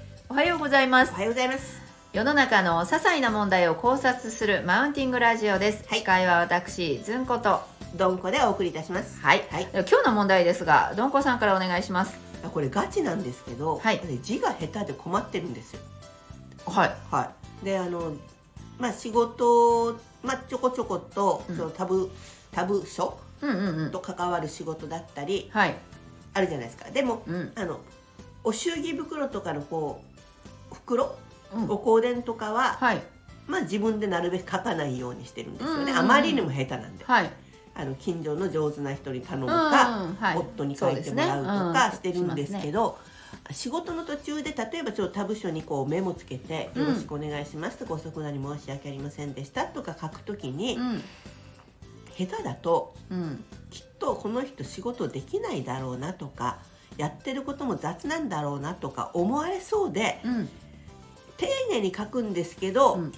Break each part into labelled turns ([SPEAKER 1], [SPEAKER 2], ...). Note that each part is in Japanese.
[SPEAKER 1] ございます
[SPEAKER 2] おはようございます
[SPEAKER 1] 世の中の些細な問題を考察するマウンティングラジオです、
[SPEAKER 2] はい
[SPEAKER 1] 司会は私ずんこと
[SPEAKER 2] どんこでお送りいたします
[SPEAKER 1] はい、
[SPEAKER 2] はい
[SPEAKER 1] 今日の問題ですがどんこさんからお願いします
[SPEAKER 2] これガチなんですけど、
[SPEAKER 1] はい
[SPEAKER 2] 私字が下手で困ってるんですよ
[SPEAKER 1] はい
[SPEAKER 2] はいであのまあ仕事をまあちょこちょこと、
[SPEAKER 1] うん
[SPEAKER 2] そのタブタブ書
[SPEAKER 1] うんうんうん
[SPEAKER 2] と関わる仕事だったり
[SPEAKER 1] はい
[SPEAKER 2] あるじゃないですかでも
[SPEAKER 1] うん
[SPEAKER 2] あのお祝儀袋とかのこう袋
[SPEAKER 1] うん
[SPEAKER 2] お香典とかは、
[SPEAKER 1] はい
[SPEAKER 2] まあ、自分でなるべく書かないようにしてるんですよね、
[SPEAKER 1] うんうんうん
[SPEAKER 2] あまりにも下手なんで
[SPEAKER 1] はい
[SPEAKER 2] あの近所の上手な人に頼む
[SPEAKER 1] うん
[SPEAKER 2] か、
[SPEAKER 1] はい
[SPEAKER 2] 夫に書いてもらうとかしてるんですけ
[SPEAKER 1] ど
[SPEAKER 2] ど、仕事の途中で例えばちょっと他部署にこうメモつけて「
[SPEAKER 1] うん
[SPEAKER 2] よろしくお願いします」とか「遅くなり申し訳ありませんでした」とか書くときに、
[SPEAKER 1] うん
[SPEAKER 2] 下手だと
[SPEAKER 1] うん
[SPEAKER 2] きっとこの人仕事できないだろうなとかやってることも雑なんだろうなとか思われそうで
[SPEAKER 1] うん
[SPEAKER 2] 丁寧に書くんですけど、
[SPEAKER 1] うん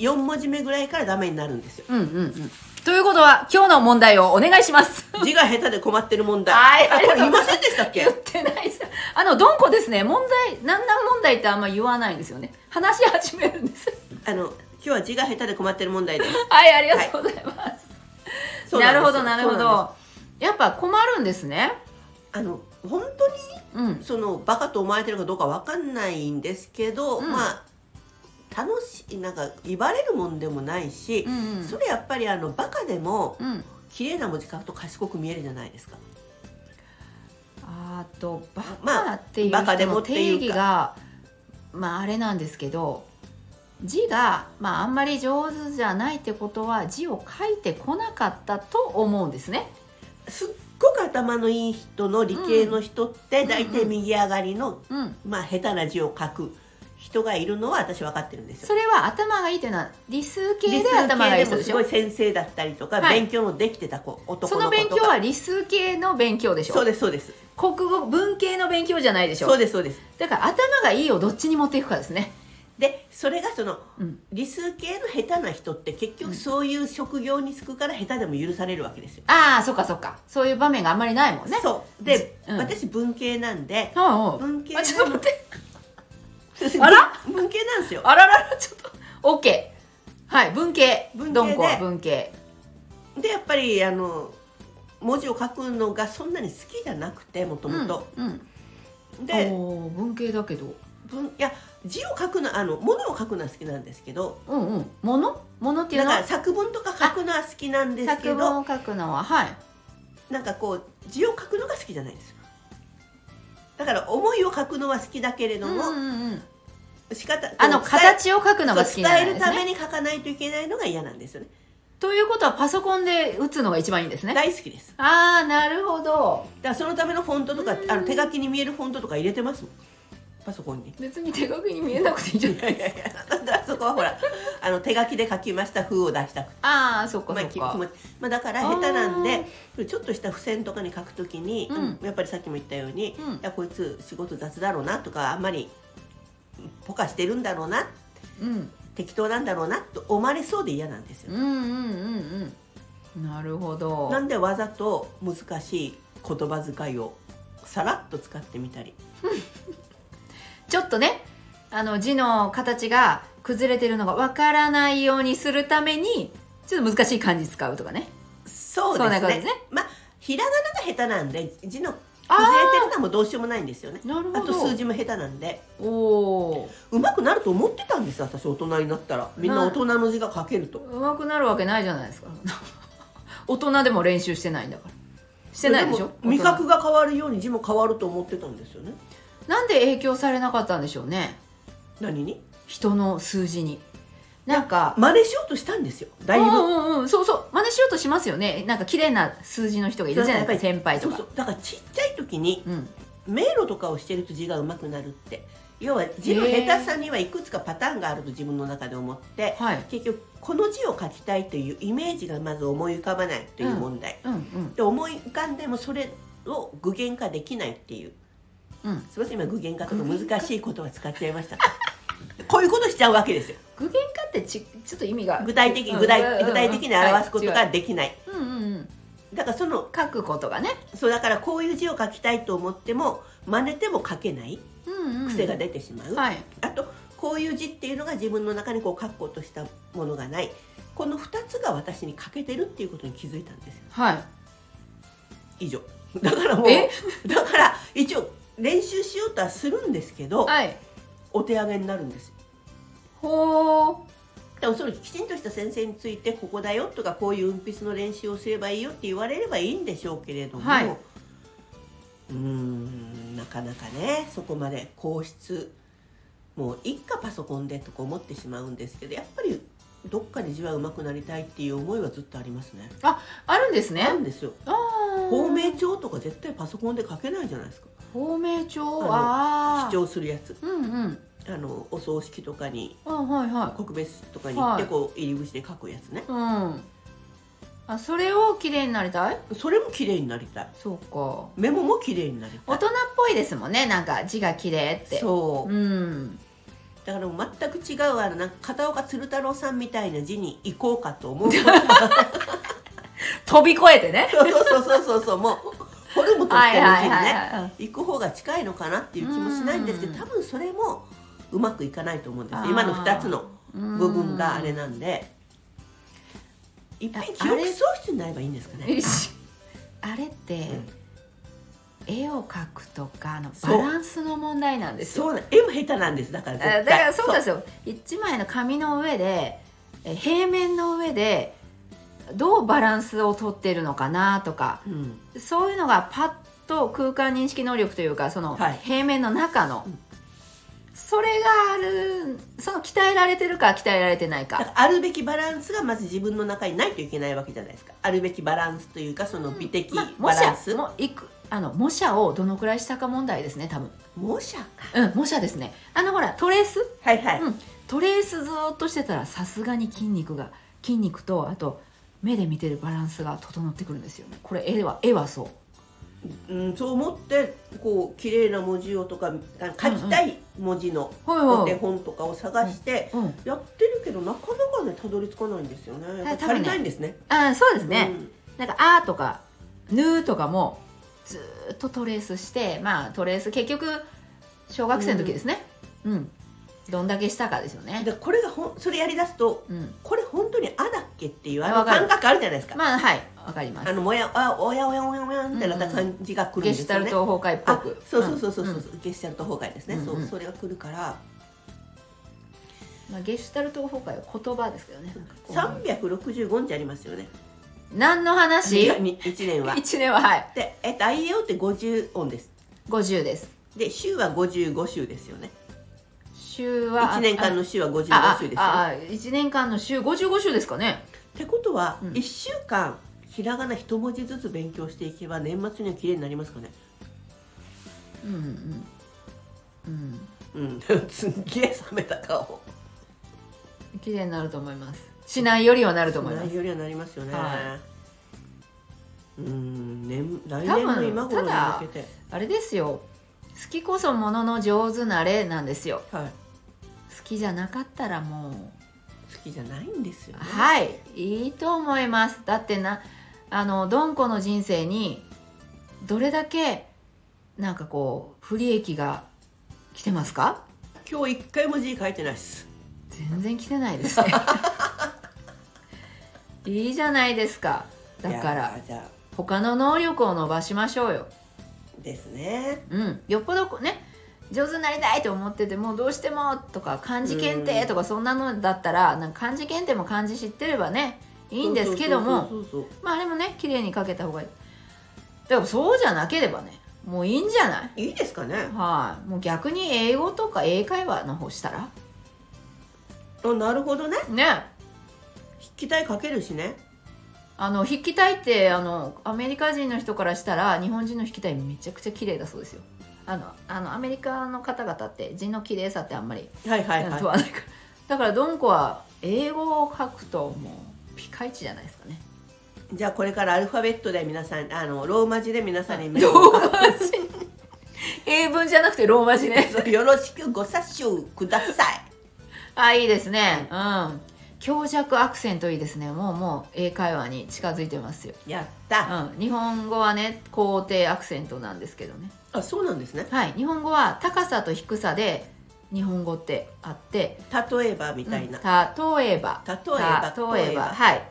[SPEAKER 2] 4文字目ぐらいからダメになるんですよ。
[SPEAKER 1] うんうんうんということは今日の問題をお願いします
[SPEAKER 2] 字が下手で困ってる問題。
[SPEAKER 1] はい
[SPEAKER 2] あこれ言いませんでしたっけ
[SPEAKER 1] 言ってないですあのどんこですね問題なんなん問題ってあんま言わないんですよね話し始めるんです
[SPEAKER 2] あの今日は字が下手で困ってる問題です。
[SPEAKER 1] はいありがとうございます、
[SPEAKER 2] そう
[SPEAKER 1] なんる
[SPEAKER 2] で
[SPEAKER 1] ほ
[SPEAKER 2] す
[SPEAKER 1] どなるほ
[SPEAKER 2] そうなんで
[SPEAKER 1] どやっぱ困るんですね
[SPEAKER 2] すあの本当
[SPEAKER 1] う
[SPEAKER 2] に
[SPEAKER 1] ん
[SPEAKER 2] そのバカと思われてるかどうかわかんないんですけど、
[SPEAKER 1] うん
[SPEAKER 2] まあ楽しいなんか威張れるもんでもないし
[SPEAKER 1] う、ん
[SPEAKER 2] それやっぱりあのバカでも
[SPEAKER 1] うんうん
[SPEAKER 2] 綺麗な文字書くと賢く見えるじゃないですか。
[SPEAKER 1] あとバ
[SPEAKER 2] ま
[SPEAKER 1] カっていう
[SPEAKER 2] バカで
[SPEAKER 1] 人
[SPEAKER 2] も
[SPEAKER 1] の
[SPEAKER 2] ってい
[SPEAKER 1] 定
[SPEAKER 2] う
[SPEAKER 1] 義
[SPEAKER 2] か
[SPEAKER 1] がまああれなんですけど字が、まあ、あんまり上手じゃないってことは字を書いてこなかったと思うんですね。
[SPEAKER 2] すっごく頭のいい人の理系の人って
[SPEAKER 1] ん
[SPEAKER 2] 大体右上がりの、
[SPEAKER 1] うん、
[SPEAKER 2] まあ、下手な字を書く人がいるのは私分かってるんですよ
[SPEAKER 1] そ。れは頭がいいというのは理数系
[SPEAKER 2] 理
[SPEAKER 1] で
[SPEAKER 2] 数
[SPEAKER 1] 頭が
[SPEAKER 2] 系
[SPEAKER 1] い
[SPEAKER 2] で
[SPEAKER 1] い人
[SPEAKER 2] も
[SPEAKER 1] でし
[SPEAKER 2] す
[SPEAKER 1] ょ
[SPEAKER 2] ごい先生だったりとか、
[SPEAKER 1] はい
[SPEAKER 2] 勉強のできてた子男の子とか
[SPEAKER 1] その勉強は理数系の勉強でしょ
[SPEAKER 2] そうですそうです
[SPEAKER 1] 国語文系の勉強じゃないでしょ
[SPEAKER 2] そうですそうです
[SPEAKER 1] だから頭がいいをどっちに持っていくかですね。
[SPEAKER 2] でそれがその
[SPEAKER 1] うん
[SPEAKER 2] 理数系の下手な人って結局そういう職業に就くから下手でも許されるわけですよ、
[SPEAKER 1] ああそっかそっかそういう場面があんまりないもんね
[SPEAKER 2] そうで、
[SPEAKER 1] うん
[SPEAKER 2] 私文系なんで
[SPEAKER 1] はいはい
[SPEAKER 2] 文系
[SPEAKER 1] あちょっと待って
[SPEAKER 2] な
[SPEAKER 1] あら
[SPEAKER 2] 文系なんですよ
[SPEAKER 1] あらららちょっと OK はい文系
[SPEAKER 2] 文系で
[SPEAKER 1] どんこは文系
[SPEAKER 2] でやっぱりあの文字を書くのがそんなに好きじゃなくてもともと
[SPEAKER 1] うんうん、
[SPEAKER 2] で
[SPEAKER 1] おー文系だけど
[SPEAKER 2] 文いや字を書くのあの物を書くのは好きなんですけど
[SPEAKER 1] うんうんものものっていう
[SPEAKER 2] だ
[SPEAKER 1] の
[SPEAKER 2] から
[SPEAKER 1] は
[SPEAKER 2] 作文とか書くのは好きなんですけ
[SPEAKER 1] 作
[SPEAKER 2] ど
[SPEAKER 1] 文を書くのははい
[SPEAKER 2] なんかこう字を書くのが好きじゃないんですよだから思いを書くのは好きだけれど
[SPEAKER 1] うんう
[SPEAKER 2] も、
[SPEAKER 1] んうん
[SPEAKER 2] 仕方
[SPEAKER 1] あの
[SPEAKER 2] こう伝え
[SPEAKER 1] 形を書くのが好きなん
[SPEAKER 2] 伝え
[SPEAKER 1] で
[SPEAKER 2] る
[SPEAKER 1] す
[SPEAKER 2] た
[SPEAKER 1] ね
[SPEAKER 2] めに書かないといけないのが嫌なんですよね
[SPEAKER 1] ということはパソコンで打つのが一番いいんですね
[SPEAKER 2] 大好きです
[SPEAKER 1] ああなるほど
[SPEAKER 2] だからそのためのフォントとかあの手書きに見えるフォントとか入れてますもんパソ コンに
[SPEAKER 1] 別に手書きに見えなくていいんじゃ
[SPEAKER 2] い
[SPEAKER 1] ない
[SPEAKER 2] やいやいやだからそこはほらあの手書きで書きました風を出したくて
[SPEAKER 1] ああそっか
[SPEAKER 2] まあ
[SPEAKER 1] そっ
[SPEAKER 2] き
[SPEAKER 1] か、
[SPEAKER 2] 気持ちまあ、だから下手なんでちょっとした付箋とかに書くときに、
[SPEAKER 1] うん
[SPEAKER 2] やっぱりさっきも言ったように、
[SPEAKER 1] うん
[SPEAKER 2] いやこいつ仕事雑だろうなとかあんまりポカしてるんだろうな
[SPEAKER 1] うん
[SPEAKER 2] 適当なんだろうなと思われそうで嫌なんです
[SPEAKER 1] うん
[SPEAKER 2] よ、
[SPEAKER 1] うんうんうんなるほど
[SPEAKER 2] なんでわざと難しい言葉遣いをさらっと使ってみたり
[SPEAKER 1] ちょっとねあの字の形が崩れてるのがわからないようにするためにちょっと難しい漢字使うとかね
[SPEAKER 2] そう
[SPEAKER 1] そう
[SPEAKER 2] で
[SPEAKER 1] な
[SPEAKER 2] す
[SPEAKER 1] 感じ
[SPEAKER 2] ね
[SPEAKER 1] ね
[SPEAKER 2] まあひらがなが下手なんで字の
[SPEAKER 1] あー
[SPEAKER 2] 崩れてるのはもうどうしようもないんですよね
[SPEAKER 1] なるほど
[SPEAKER 2] あと数字も下手なんで
[SPEAKER 1] おお
[SPEAKER 2] うまくなると思ってたんです私大人になったらみんな大人の字が書けると
[SPEAKER 1] うまくなるわけないじゃないですか 大人でも練習してないんだからしてないでしょ
[SPEAKER 2] も味覚が変わるように字も変わると思ってたんですよね
[SPEAKER 1] 大人なんで影響されなかったんでしょうね
[SPEAKER 2] 何に
[SPEAKER 1] 人の数字になんか
[SPEAKER 2] 真似しようとしたんですよだ
[SPEAKER 1] う
[SPEAKER 2] いぶ
[SPEAKER 1] んうんうんそうそう真似しようとしますよねなんか綺麗な数字の人がいるじゃないですか先輩とか
[SPEAKER 2] そうそうだからちっちゃい時に
[SPEAKER 1] うん
[SPEAKER 2] 迷路とかをしてると字が上手くなるって要は字の下手さにはいくつかパターンがあると自分の中で思って、
[SPEAKER 1] はい
[SPEAKER 2] 結局この字を書きたいというイメージがまず思い浮かばないという問題、
[SPEAKER 1] うんうん
[SPEAKER 2] で思い浮かんでもそれを具現化できないっていう
[SPEAKER 1] うん
[SPEAKER 2] すみません今具現化とか難しい言葉使っちゃい ましたこういうことしちゃうわけですよ
[SPEAKER 1] 具現化ってちちょっと意味が
[SPEAKER 2] 具体的
[SPEAKER 1] うん
[SPEAKER 2] 具体,、
[SPEAKER 1] うんうん
[SPEAKER 2] 具体的に表すこと
[SPEAKER 1] は
[SPEAKER 2] が
[SPEAKER 1] い
[SPEAKER 2] できない、
[SPEAKER 1] 違ううんうんうん
[SPEAKER 2] だからその
[SPEAKER 1] 書くことがね、
[SPEAKER 2] そうだからこういう字を書きたいと思っても真似ても書けない
[SPEAKER 1] うんうん、
[SPEAKER 2] 癖が出てしまう、
[SPEAKER 1] はい、
[SPEAKER 2] あとこういう字っていうのが自分の中にこう書こうとしたものがないこの2つが私に欠けてるっていうことに気づいたんですよ
[SPEAKER 1] はい、
[SPEAKER 2] 以上だからも
[SPEAKER 1] え
[SPEAKER 2] うだから一応練習しようとはするんですけど
[SPEAKER 1] はい、
[SPEAKER 2] お手上げになるんです
[SPEAKER 1] ほう、
[SPEAKER 2] でもそのきちんとした先生についてここだよとかこういう運筆の練習をすればいいよって言われればいいんでしょうけれども、
[SPEAKER 1] はいう
[SPEAKER 2] ーんなかなかねそこまで皇室もう一家パソコンでとか思ってしまうんですけどやっぱりどっかで字は上手くなりたいっていう思いはずっとありますね。
[SPEAKER 1] あるんですね
[SPEAKER 2] な。んですよ
[SPEAKER 1] ああ、
[SPEAKER 2] 芳名帳とか絶対パソコンで書けないじゃないですか
[SPEAKER 1] 芳名帳
[SPEAKER 2] あの
[SPEAKER 1] は、
[SPEAKER 2] 記帳するやつ
[SPEAKER 1] うんうん、
[SPEAKER 2] あのお葬式とかに
[SPEAKER 1] あはいは
[SPEAKER 2] 告別とかに行ってこう入り口で書くやつね
[SPEAKER 1] い、うん。あ、それを綺麗になりたい？
[SPEAKER 2] それも綺麗になりたい
[SPEAKER 1] そうか。
[SPEAKER 2] メモも綺麗になりた
[SPEAKER 1] 大
[SPEAKER 2] い
[SPEAKER 1] 人っぽいですもんね。なんか字が綺麗って。
[SPEAKER 2] そう、
[SPEAKER 1] うん。
[SPEAKER 2] だからもう全く違うあのなんか片岡鶴太郎さんみたいな字に行こうかと 思う
[SPEAKER 1] 飛び越えてね。
[SPEAKER 2] そうそうそうそうそうもうホルムとしての字にね
[SPEAKER 1] はい。
[SPEAKER 2] 行く方が近いのかなっていう気もしないんですけ
[SPEAKER 1] う
[SPEAKER 2] ど
[SPEAKER 1] ん
[SPEAKER 2] 多分それもうまくいかないと思うんです
[SPEAKER 1] あー
[SPEAKER 2] 今の2つの部
[SPEAKER 1] 部
[SPEAKER 2] 分があれなんでいっぺん記
[SPEAKER 1] あ
[SPEAKER 2] 憶
[SPEAKER 1] れ
[SPEAKER 2] 喪失になればいいんですかね、
[SPEAKER 1] あれって、絵を描くとかのバ
[SPEAKER 2] そう
[SPEAKER 1] ランスの問題なんですよ
[SPEAKER 2] そうな絵も下手なんですだから絶
[SPEAKER 1] あ
[SPEAKER 2] 対
[SPEAKER 1] だからそうなんですよ一枚の紙の上でえ平面の上でどうバランスをとってるのかなとか
[SPEAKER 2] そううん
[SPEAKER 1] そういうのがパッと空間認識能力というかその
[SPEAKER 2] はい
[SPEAKER 1] 平面の中の、
[SPEAKER 2] うん
[SPEAKER 1] それがあるその鍛えられてるか鍛えられてない
[SPEAKER 2] だか
[SPEAKER 1] から
[SPEAKER 2] あるべきバランスがまず自分の中にないといけないわけじゃないですかあるべきバランスというかその美的
[SPEAKER 1] まあ模
[SPEAKER 2] バ
[SPEAKER 1] 写
[SPEAKER 2] ランス、
[SPEAKER 1] もいくあの模写をどのくらいしたか問題ですね多分
[SPEAKER 2] 模写か
[SPEAKER 1] うん模写ですねあのほらトレース
[SPEAKER 2] はいはい、
[SPEAKER 1] うんトレースずーっとしてたらさすがに筋肉が筋肉とあと目で見てるバランスが整ってくるんですよねこれ絵は絵はそう
[SPEAKER 2] うんそう思ってこう綺麗な文字をとかあ書きたい文字の
[SPEAKER 1] はい
[SPEAKER 2] お手本とかを探して
[SPEAKER 1] うん、
[SPEAKER 2] やってるけどなかなかねたどり着かないんですよね
[SPEAKER 1] はい多分ね
[SPEAKER 2] 足りないんですね
[SPEAKER 1] あーそうですね、
[SPEAKER 2] うん
[SPEAKER 1] なんか「あ」とか「ぬ」とかもずーっとトレースしてまあトレース結局小学生の時ですねうん、どんだけしたかですよね
[SPEAKER 2] でこれがほんそれやりだすと
[SPEAKER 1] うん
[SPEAKER 2] これ本当に「あ」だっけっていうあ
[SPEAKER 1] わ
[SPEAKER 2] の
[SPEAKER 1] かる
[SPEAKER 2] 感覚あるじゃないですか、
[SPEAKER 1] まあはいわかります
[SPEAKER 2] あのもやあおやおやおやおやみたいな感じがくるん
[SPEAKER 1] ゲ
[SPEAKER 2] で
[SPEAKER 1] シュ
[SPEAKER 2] す
[SPEAKER 1] タ
[SPEAKER 2] よ
[SPEAKER 1] ル
[SPEAKER 2] ね、
[SPEAKER 1] ト崩壊っぽ
[SPEAKER 2] あ
[SPEAKER 1] く
[SPEAKER 2] そうそうそうそうそ
[SPEAKER 1] ん
[SPEAKER 2] う、ゲシュタルト崩壊ですね、
[SPEAKER 1] うんうん
[SPEAKER 2] そうそれが来るから
[SPEAKER 1] んまあ、ゲシュタルト崩壊は言葉ですけどねなんかこう
[SPEAKER 2] 365日ありますよね
[SPEAKER 1] 何の話
[SPEAKER 2] 1年は
[SPEAKER 1] 1年ははい
[SPEAKER 2] で、えっと、IAO って50音です
[SPEAKER 1] 50です
[SPEAKER 2] で週は55週ですよね
[SPEAKER 1] 週は
[SPEAKER 2] 1年間の週は55
[SPEAKER 1] あ
[SPEAKER 2] 週ですよね
[SPEAKER 1] ああ1年間の週55週ですかね
[SPEAKER 2] ってことは、
[SPEAKER 1] うん
[SPEAKER 2] 1週間ひらがな一文字ずつ勉強していけば年末には綺麗になりますかね
[SPEAKER 1] うんうん
[SPEAKER 2] うん すっげえ冷めた顔
[SPEAKER 1] うん綺麗になると思いますしないよりはなると思います
[SPEAKER 2] 内容にはなりますよね、
[SPEAKER 1] は
[SPEAKER 2] うん年来年の今頃に向けて
[SPEAKER 1] あれですよ好きこそものの上手なれなんですよ
[SPEAKER 2] はい、
[SPEAKER 1] 好きじゃなかったらもう
[SPEAKER 2] 好きじゃないんですよね
[SPEAKER 1] はいいいと思いますだってなあのドンコの人生にどれだけなんかこう不利益が来てますか
[SPEAKER 2] 今日一回も字書いてないっす
[SPEAKER 1] 全然来てないです ねいいじゃないですかだか
[SPEAKER 2] い
[SPEAKER 1] ら
[SPEAKER 2] やーじゃ
[SPEAKER 1] 他の能力を伸ばしましょうよ
[SPEAKER 2] あですね
[SPEAKER 1] うん、よっぽどこうね上手になりたいと思っててもうどうしてもとか漢字検定とかそんなのだったらなんか漢字検定も漢字知ってればねいいんですけども
[SPEAKER 2] そうそうそうそう
[SPEAKER 1] まああれもね綺麗に書けた方がいいでもそうじゃなければねもういいんじゃない
[SPEAKER 2] いいですかね
[SPEAKER 1] はい、もう逆に英語とか英会話の方したら
[SPEAKER 2] あなるほどね
[SPEAKER 1] ね
[SPEAKER 2] 筆記体書けるしね
[SPEAKER 1] あの筆記体ってあのアメリカ人の人からしたら日本人の筆記体めちゃくちゃ綺麗だそうですよあのあのアメリカの方々って字の綺麗さってあんまり
[SPEAKER 2] はいはい
[SPEAKER 1] 問
[SPEAKER 2] は
[SPEAKER 1] わないからだからドンコは英語を書くともうピカイチじゃないですかね
[SPEAKER 2] いじゃあこれからアルファベットで皆さんあのローマ字で皆さんにメ
[SPEAKER 1] ロ
[SPEAKER 2] モを
[SPEAKER 1] ーマ字英文じゃなくてローマ字ね
[SPEAKER 2] そうよろしくご察しください
[SPEAKER 1] あいいですねうん強弱アクセントいいですねもうもう英会話に近づいてますよ、
[SPEAKER 2] やった、
[SPEAKER 1] うん、日本語はね肯定アクセントなんですけどね
[SPEAKER 2] あそうなんですね
[SPEAKER 1] はい日本語は高さと低さで日本語ってあって
[SPEAKER 2] 例えばみたいな、
[SPEAKER 1] うん例えば
[SPEAKER 2] 例えば
[SPEAKER 1] 例えばはい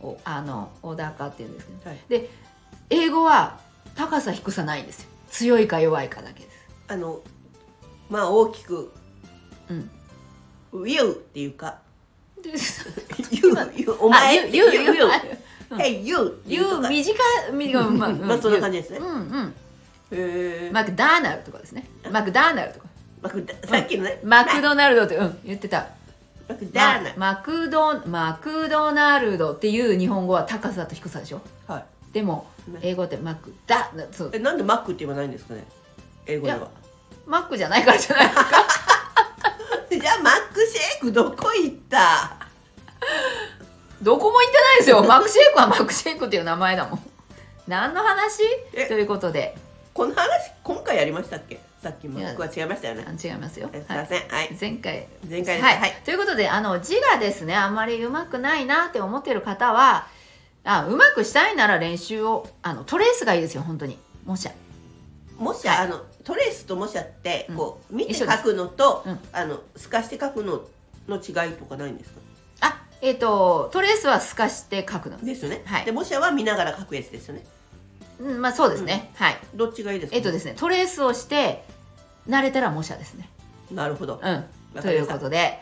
[SPEAKER 1] おあの小高っていうんですけど
[SPEAKER 2] はい
[SPEAKER 1] 英語は高さ低さないんですよ強いか弱いかだけです
[SPEAKER 2] あのまあ大きく
[SPEAKER 1] うん
[SPEAKER 2] 「You」っていうか
[SPEAKER 1] で
[SPEAKER 2] 「You」you「お前」
[SPEAKER 1] 言う言う
[SPEAKER 2] you
[SPEAKER 1] うん
[SPEAKER 2] Hey you
[SPEAKER 1] 言う
[SPEAKER 2] とか
[SPEAKER 1] 短い短いまあ、う
[SPEAKER 2] まあそんな感じですね
[SPEAKER 1] 言ううんうん
[SPEAKER 2] へー
[SPEAKER 1] マクダーナルドとかですねマクダーナルドとか
[SPEAKER 2] マクダさっきのね
[SPEAKER 1] マクドナルドって、うん、言ってた
[SPEAKER 2] マクダーナ
[SPEAKER 1] ママクドマクドナルドっていう日本語は高さと低さでしょ
[SPEAKER 2] は
[SPEAKER 1] でも
[SPEAKER 2] いね
[SPEAKER 1] 英語ってマクダなそう
[SPEAKER 2] えなんでマックって言わないんですかね英語では
[SPEAKER 1] マックじゃないからじゃない ですか
[SPEAKER 2] じゃあマックシェイクどこ行った
[SPEAKER 1] どこも言ってないですよマックシェイクはマックシェイクっていう名前だもん何の話
[SPEAKER 2] え
[SPEAKER 1] ということで
[SPEAKER 2] この話今回やりましたっけさっきマ
[SPEAKER 1] いや
[SPEAKER 2] ックは違いましたよね
[SPEAKER 1] あ違いますよ
[SPEAKER 2] えすい
[SPEAKER 1] は
[SPEAKER 2] ま
[SPEAKER 1] い
[SPEAKER 2] せんはい
[SPEAKER 1] 前回
[SPEAKER 2] 前回です
[SPEAKER 1] はい、
[SPEAKER 2] はい
[SPEAKER 1] ということであの字がですねあんまりうまくないなって思ってる方はあうまくしたいなら練習をあのトレースがいいですよ本当にもしゃ
[SPEAKER 2] もしあのトレースと模写って
[SPEAKER 1] うん
[SPEAKER 2] こう見て
[SPEAKER 1] 一緒
[SPEAKER 2] 書
[SPEAKER 1] です
[SPEAKER 2] くのと
[SPEAKER 1] うん
[SPEAKER 2] あの透かして書くのの違いとかないんですか
[SPEAKER 1] あえっ、とトレースは透かして書くの
[SPEAKER 2] ですよね
[SPEAKER 1] はい
[SPEAKER 2] で模写は見ながら書くやつですよね
[SPEAKER 1] うんまあそうですね、はい
[SPEAKER 2] どっちがいいですか
[SPEAKER 1] えっ、とですねトレースをして慣れたら模写ですね
[SPEAKER 2] なるほど
[SPEAKER 1] うん
[SPEAKER 2] わ
[SPEAKER 1] と
[SPEAKER 2] か
[SPEAKER 1] い
[SPEAKER 2] り
[SPEAKER 1] う
[SPEAKER 2] ました
[SPEAKER 1] ことで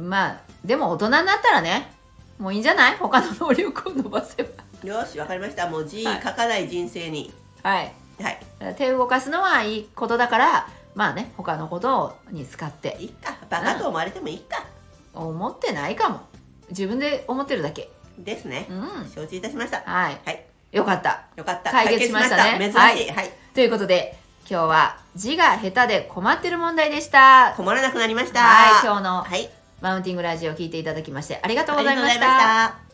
[SPEAKER 1] まあでも大人になったらねもういいんじゃない他の能力を伸ばせば
[SPEAKER 2] よしわかりましたもう字書
[SPEAKER 1] はい
[SPEAKER 2] かない人生に
[SPEAKER 1] はい
[SPEAKER 2] はい
[SPEAKER 1] 手を動かすのはいいことだからまあね他のことに使って
[SPEAKER 2] いっかバカと思われてもいいか
[SPEAKER 1] 思ってないかも自分で思ってるだけ
[SPEAKER 2] ですね
[SPEAKER 1] うん
[SPEAKER 2] 承知いたしました
[SPEAKER 1] はい
[SPEAKER 2] はい
[SPEAKER 1] よかった
[SPEAKER 2] よかった
[SPEAKER 1] 解決しましたね
[SPEAKER 2] 解決しました珍しいはい
[SPEAKER 1] ということで今日は字が下手で困ってる問題でした
[SPEAKER 2] 困らなくなりました
[SPEAKER 1] はい今日の
[SPEAKER 2] はい
[SPEAKER 1] マウンティングラジオを聞いていただきましてありがとう
[SPEAKER 2] あ
[SPEAKER 1] ご
[SPEAKER 2] りが
[SPEAKER 1] ざい
[SPEAKER 2] とうご
[SPEAKER 1] ま
[SPEAKER 2] ざい
[SPEAKER 1] し
[SPEAKER 2] ましたた